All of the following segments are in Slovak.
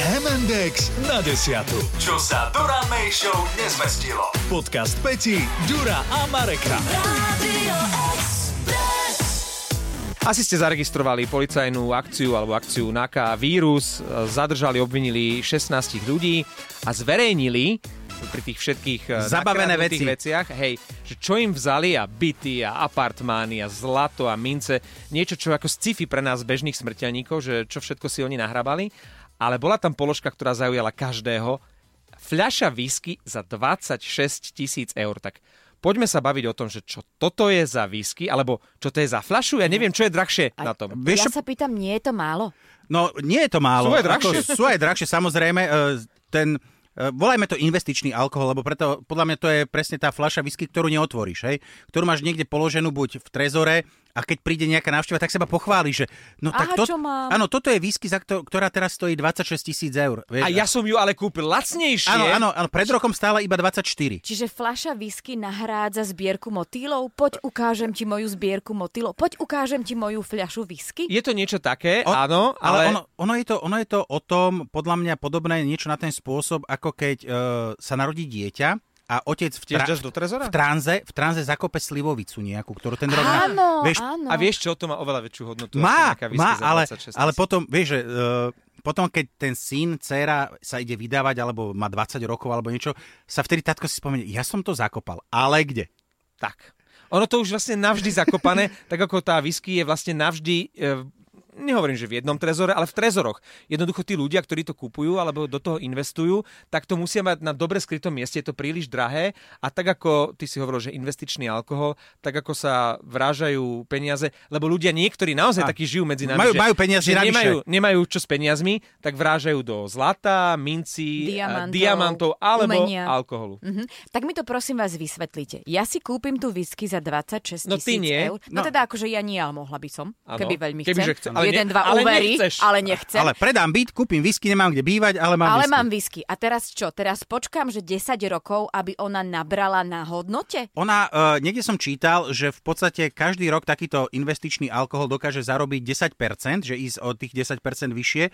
Index na desiatu. Čo sa Dura May Show nezmestilo. Podcast Peti, Dura a Mareka. Radio Express. Asi ste zaregistrovali policajnú akciu alebo akciu NAKA vírus. Zadržali, obvinili 16 ľudí a zverejnili pri tých všetkých eh, Zabavené nakradnutých veci. veciach, hej, že čo im vzali a byty a apartmány a zlato a mince, niečo, čo ako sci-fi pre nás bežných smrteľníkov, že čo všetko si oni nahrabali, ale bola tam položka, ktorá zaujala každého, fľaša whisky za 26 tisíc eur, tak poďme sa baviť o tom, že čo toto je za whisky, alebo čo to je za fľašu, ja neviem, čo je drahšie na tom. ja Vieš, sa čo- pýtam, nie je to málo? No, nie je to Sú málo. aj drahšie. Ako, sú aj drahšie, samozrejme. e, Ten, e, volajme to investičný alkohol, lebo preto, podľa mňa to je presne tá fľaša whisky, ktorú neotvoríš, hej? Ktorú máš niekde položenú buď v trezore, a keď príde nejaká návšteva, tak seba pochváli, že no tak Aha, to, čo mám? Áno, toto je whisky, za kto, ktorá teraz stojí 26 tisíc eur. Vieš? A ja som ju ale kúpil lacnejšie. Áno, áno, áno, pred rokom stála iba 24. Čiže fľaša whisky nahrádza zbierku motýlov? Poď ukážem ti moju zbierku motýlov. Poď ukážem ti moju fľašu whisky. Je to niečo také, On- áno, ale... ono, ono, je to, ono je to o tom, podľa mňa podobné niečo na ten spôsob, ako keď e, sa narodí dieťa a otec v, Tiež dáš do trezora? v, tranze, v tranze zakope slivovicu nejakú, ktorú ten rok... na- Áno, vieš, áno. A vieš čo, to má oveľa väčšiu hodnotu. Má, ako nejaká whisky má, za ale, 26 ale potom, vieš, že... E, potom, keď ten syn, dcéra sa ide vydávať, alebo má 20 rokov, alebo niečo, sa vtedy tatko si spomenie, ja som to zakopal, ale kde? Tak. Ono to už vlastne navždy zakopané, tak ako tá whisky je vlastne navždy e, nehovorím, že v jednom trezore, ale v trezoroch. Jednoducho tí ľudia, ktorí to kupujú alebo do toho investujú, tak to musia mať na dobre skrytom mieste, je to príliš drahé a tak ako ty si hovoril, že investičný alkohol, tak ako sa vrážajú peniaze, lebo ľudia niektorí naozaj A. takí žijú medzi nami, Majú- že, majú peniaze že navyše. nemajú, nemajú čo s peniazmi, tak vrážajú do zlata, minci, Diamantov, diamantov, diamantov alebo umenia. alkoholu. Mhm. Tak mi to prosím vás vysvetlíte. Ja si kúpim tú whisky za 26 No ty tisíc nie. eur. No, No. teda akože ja nie, ale mohla by som. Áno. Keby veľmi chcem. Kebyže chcem. Ale ne- Jeden, dva ale uverí, nechceš. ale nechcem. Ale predám byt, kúpim whisky, nemám kde bývať, ale mám ale whisky. mám whisky. A teraz čo? Teraz počkám, že 10 rokov, aby ona nabrala na hodnote? Ona, uh, niekde som čítal, že v podstate každý rok takýto investičný alkohol dokáže zarobiť 10%, že ísť o tých 10% vyššie,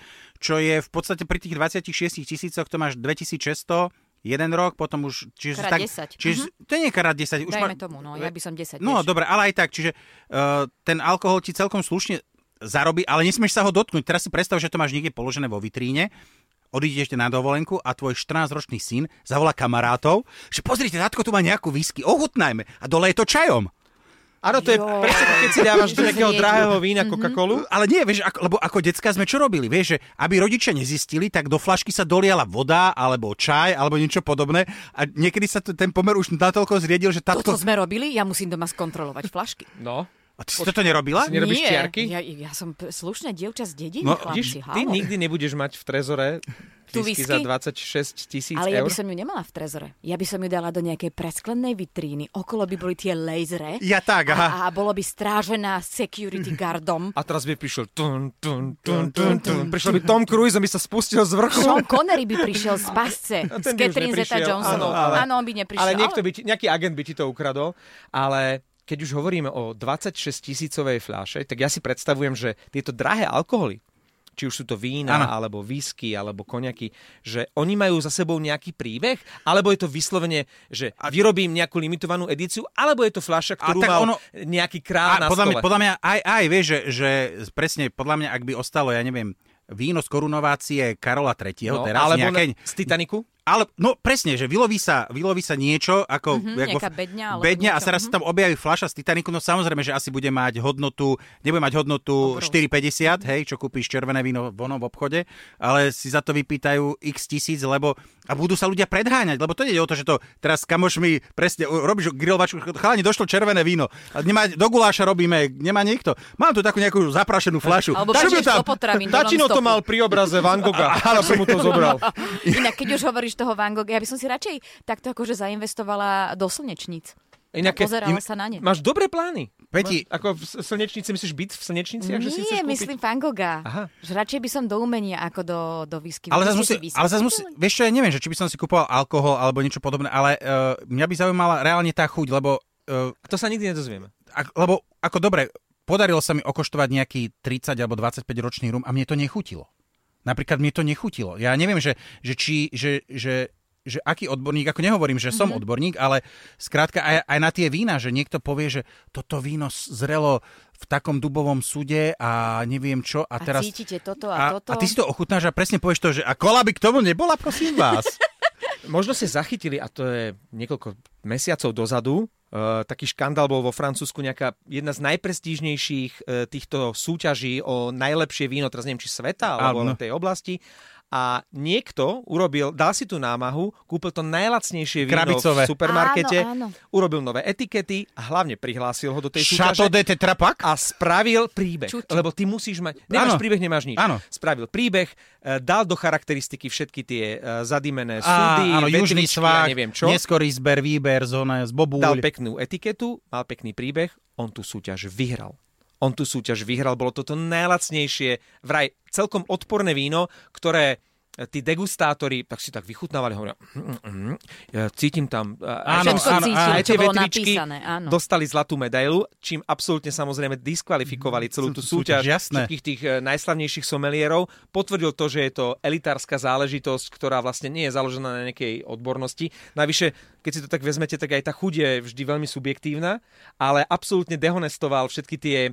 čo je v podstate pri tých 26 tisícoch, to máš 2600, jeden rok, potom už... Čiže Krát tak, 10, Čiže to nie je krát 10. Už Dajme tomu, no, ja by som 10 No, tiež. dobre, ale aj tak, čiže uh, ten alkohol ti celkom slušne zarobí, ale nesmieš sa ho dotknúť. Teraz si predstav, že to máš niekde položené vo vitríne, odídeš ešte na dovolenku a tvoj 14-ročný syn zavolá kamarátov, že pozrite, tatko tu má nejakú whisky, ochutnajme a dole je to čajom. Áno, to je Joj. presne ako keď si dávaš do nejakého Zrieť. drahého Mhm. vína Coca-Colu. Ale nie, vieš, ako, lebo ako decka sme čo robili, vieš, že aby rodičia nezistili, tak do flašky sa doliala voda, alebo čaj, alebo niečo podobné a niekedy sa to, ten pomer už natoľko zriedil, že Toto tatko... sme robili, ja musím doma skontrolovať flašky. No. A ty si toto nerobila? Si nerobíš Nie, čiarky? Ja, ja som p- slušné dievča z dediny, No, Vidíš, chlapci, ty halo. nikdy nebudeš mať v trezore Tu whisky za whisky? 26 tisíc Ale ja eur. by som ju nemala v trezore. Ja by som ju dala do nejakej presklenej vitríny. Okolo by boli tie lasery. Ja tak, A, aha. a bolo by strážená security guardom. A teraz by prišiel tun, tun, tun, tun, tun. Prišiel by Tom Cruise, aby sa spustil z vrchu. Sean Connery by prišiel z pasce. A Z ten by už Catherine neprišiel. Zeta-Johnsonovou. Áno, ale- Áno, on by neprišiel. Ale niekto by ti, nejaký agent by ti to ukradol. Ale keď už hovoríme o 26 tisícovej fľaše, tak ja si predstavujem, že tieto drahé alkoholy, či už sú to vína, Áno. alebo whisky, alebo koniaky, že oni majú za sebou nejaký príbeh, alebo je to vyslovene, že vyrobím nejakú limitovanú edíciu, alebo je to fľaša, A ktorú tak mal ono- nejaký král na podľa stole. mňa, podľa mňa aj, aj vieš, že, že presne podľa mňa, ak by ostalo, ja neviem, víno z korunovácie Karola III. No, teraz alebo nejaké... na- z Titaniku? Ale, no presne, že vyloví sa, vyloví sa niečo, ako... Mhm, ako nejaká bedňa alebo bedňa a niečo, mhm. teraz sa tam objaví fľaša z Titaniku, no samozrejme, že asi bude mať hodnotu, nebude mať hodnotu Obrovskú. Mhm. 4,50, hej, čo kúpiš červené víno vonom v obchode, ale si za to vypýtajú x tisíc, lebo... A budú sa ľudia predháňať, lebo to nie je o to, že to teraz s kamošmi presne u- robíš grilovačku, chalani, došlo červené víno. A nemá, do guláša robíme, nemá niekto. Mám tu takú nejakú zaprašenú fľašu. Alebo Daj mi prídeš tam- do potravín. do Tatino to non-stopu. mal pri obraze Van Gogha, ale som mu to zobral. Inak, keď už hovoríš toho Van Gogha, ja by som si radšej takto akože zainvestovala do slnečníc. Inak, A pozerala in- sa na ne. Máš dobré plány. Peti- Máš, ako v s- slnečnici, myslíš byt v slnečniciach? že si chceš Nie, kúpiť? myslím Van Gogha. Aha. Že radšej by som do umenia ako do, do výsky. Ale zase musí, ale zase musí, vieš čo, ja neviem, že či by som si kupoval alkohol alebo niečo podobné, ale uh, mňa by zaujímala reálne tá chuť, lebo, uh, To sa nikdy nedozvieme. ak, lebo ako dobre, podarilo sa mi okoštovať nejaký 30 alebo 25 ročný rum a mne to nechutilo. Napríklad mne to nechutilo. Ja neviem, že, že či, že, že, že aký odborník, ako nehovorím, Mhm. že som mm-hmm. odborník, ale skrátka aj, aj na tie vína, že niekto povie, že toto víno s- zrelo v takom dubovom súde a neviem čo. A A, teraz, cítite toto a toto? A ty si to ochutnáš a presne povieš to, že a kola by k tomu nebola, prosím vás. Možno ste zachytili, a to je niekoľko mesiacov dozadu, e, taký škandál bol vo Francúzsku, nejaká jedna z najprestížnejších e, týchto súťaží o najlepšie víno, teraz neviem, či sveta, alebo Áno. len tej oblasti. A niekto urobil, dal si tú námahu, kúpil to najlacnejšie víno v Krabicové. supermarkete, Áno, áno. urobil nové etikety a hlavne prihlásil ho do tej Chateau súťaže de Tetrapak? a spravil príbeh. Čuči. Lebo ty musíš mať... Nemáš Áno. príbeh, nemáš nič. Áno. Spravil príbeh, e, dal do charakteristiky všetky tie e, zadimené súdy, Á, áno, južný vetvičky svák, a neviem čo. neskorý zber, výber, zóna Dal z bobúľ. peknú etiketu, mal pekný príbeh, on tú súťaž vyhral. On tú súťaž vyhral, bolo toto najlacnejšie, vraj celkom odporné víno, ktoré e, tí degustátori tak si tak vychutnávali, hovoria, "Mm, mm, mm, ja cítim tam e, aj Áno, Všetko áno, cítil, áno. aj čo tie bolo vetvičky napísané. Áno. dostali zlatú medailu, čím absolútne samozrejme diskvalifikovali celú tú súťaž Mhm. Súťaž, jasné. všetkých tých e, najslavnejších somelierov. Potvrdil to, že je to elitárska záležitosť, ktorá vlastne nie je založená na nejakej odbornosti. Navyše, keď si to tak vezmete, tak aj tá chuť je vždy veľmi subjektívna, ale absolútne dehonestoval všetky tie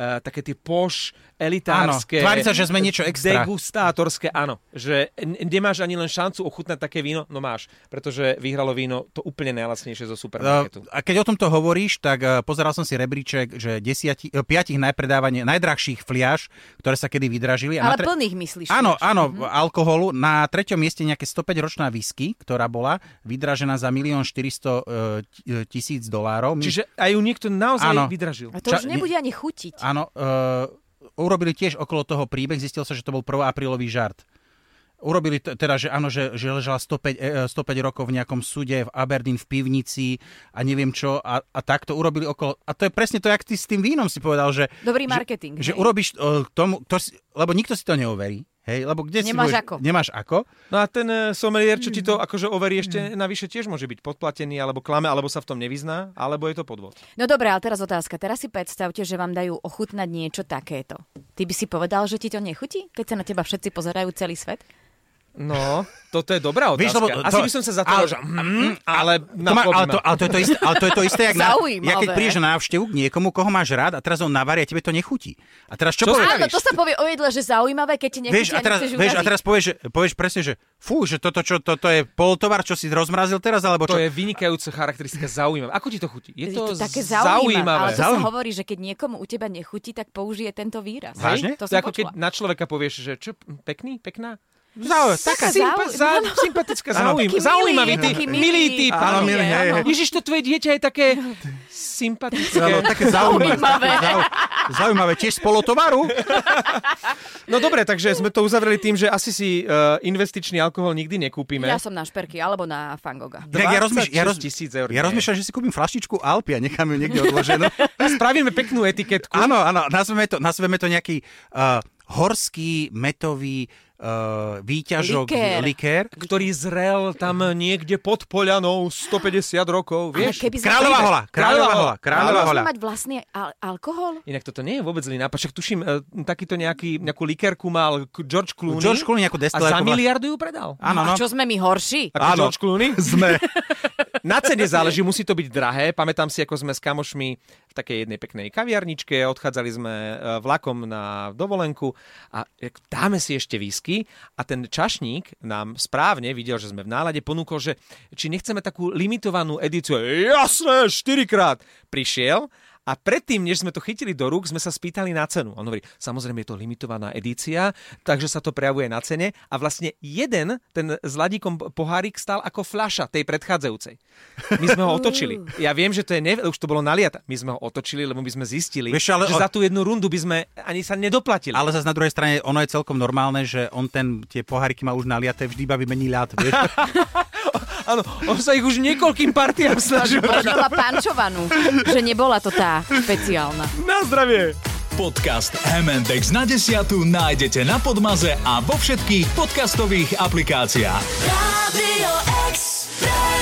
Uh, také tie poš, elitárske. Áno, tvári sa, že sme niečo extra. Degustátorské, áno. Že n- nemáš ani len šancu ochutnať také víno, no máš, pretože vyhralo víno to úplne najlacnejšie zo No, supermarketu. A keď o tomto hovoríš, tak eh, pozeral som si rebríček, že desiati, eh, piatich najpredávaní, najdrahších fliaž, ktoré sa kedy vydražili. Ale na tre- plných myslíš. Áno, áno, mm-hmm. alkoholu. Na treťom mieste nejaké 105-ročná whisky, ktorá bola vydražená za 1 400 tisíc dolárov. My- Čiže aj ju niekto naozaj Áno. vydražil. A to už Ča- nebude ani chutiť. Áno, uh, urobili tiež okolo toho príbeh, zistil sa, že to bol 1. aprílový žart. Urobili t- teda, že áno, že, že ležala 105, e, 105 rokov v nejakom súde v Aberdeen v pivnici a neviem čo a, a takto urobili okolo... A to je presne to, jak ty s tým vínom si povedal, že... Dobrý že- marketing, Že, hej. urobíš e, tomu... To si, lebo nikto si to neoverí. Hej, lebo kde si Nemáš budeš- ako. Nemáš ako. No a ten e, sommelier, čo ti to akože overí ešte navyše, tiež môže byť podplatený, alebo klame, alebo sa v tom nevyzná, alebo je to podvod. No dobré, ale teraz otázka. Teraz si predstavte, že vám dajú ochutnať niečo takéto. Ty by si povedal, že ti to nechutí, keď sa na teba všetci pozerajú celý svet? No, toto je dobrá otázka. Vieš, lebo to- Asi by som sa za to... Ale, ale- že, mm, ale, To má, ale, to, ale, ale, to je to isté, ale to je to isté, jak, na, Zaujímavé. jak keď prídeš na návštevu k niekomu, koho máš rád a teraz on navaria, tebe to nechutí. A teraz čo, Čo povieš? Áno, to sa povie o jedle, že zaujímavé, keď ti nechutí Vieš, a teraz, nechceš vieš, a uraziť. teraz povieš, že- povieš presne, že fú, že toto čo, to, to je polotovar, čo si rozmrazil teraz, alebo to čo? je vynikajúca charakteristika zaujímavá. Ako ti to chutí? Je Je to, to také zaujímavé. zaujímavé. Ale to sa Zaujím- hovorí, že keď niekomu u teba nechutí, tak použije tento výraz. Hej? Vážne? To To je som ako keď počula. na človeka povieš, že čo, pekný, pekná? Zau, taká sympa- zau- za- áno. sympatická, Áno. zaujím, Taký milý, zaujímavý je typ, taký milý. milý typ. Áno, áno. milý, hej, hej. Ježiš, to tvoje dieťa je také sympatické. Áno, také zaujímavé. Zaujímavé. Zau, zaujímavé, tiež z polotovaru. No dobre, takže sme to uzavreli tým, že asi si uh, investičný alkohol nikdy nekúpime. Ja som na šperky alebo na fangoga. Tak ja, rozmýš- ja, 26 tisíc eur. ja rozmýšľam, že si kúpim flaštičku Alpy a nechám ju niekde odloženú. Spravíme peknú etiketku. áno, áno, nazveme to, nazveme to nejaký uh, horský metový uh, výťažok, Likér. likér. ktorý zrel tam niekde pod Polianou 150 rokov, Ale vieš? keby sme- Kráľová hola, kráľová hola, kráľová Môžeme hola. mať vlastný al- alkohol? Inak toto nie je vôbec zlý nápad. Však tuším, e, takýto nejaký, nejakú likerku mal K- George Clooney. George Clooney nejakú A destilérku za vla- miliardu ju predal. A Áno, no. čo sme my horší? Ako Áno. George Clooney? Sme. Na cene záleží, musí to byť drahé. Pamätám si, ako sme s kamošmi v takej jednej peknej kaviarničke, odchádzali sme e, vlakom na dovolenku a jak dáme si ešte whisky a ten čašník nám správne videl, že sme v nálade, ponúkol, že či nechceme takú limitovanú edíciu. Jasné, štyrikrát. Prišiel a predtým, než sme to chytili do rúk, sme sa spýtali na cenu. On hovorí, samozrejme je to limitovaná edícia, takže sa to prejavuje na cene. A vlastne jeden, ten s ladíkom pohárik, stál ako fľaša tej predchádzajúcej. My sme ho otočili. Ja viem, že to je ne... už to bolo naliata. My sme ho otočili, lebo my sme zistili, Vieš, ale že o- za tú jednu rundu by sme ani sa nedoplatili. Ale zase na druhej strane, ono je celkom normálne, že on ten, tie poháriky má už naliaté, vždy iba vymení ľad, vieš. Áno, on sa ich už niekoľkým partiám snažil. Možno mala pančovanú, že nebola to tá špeciálna. Na zdravie! Podcast MNDX na desiatu nájdete na Podmaze a vo všetkých podcastových aplikáciách. Radio Express.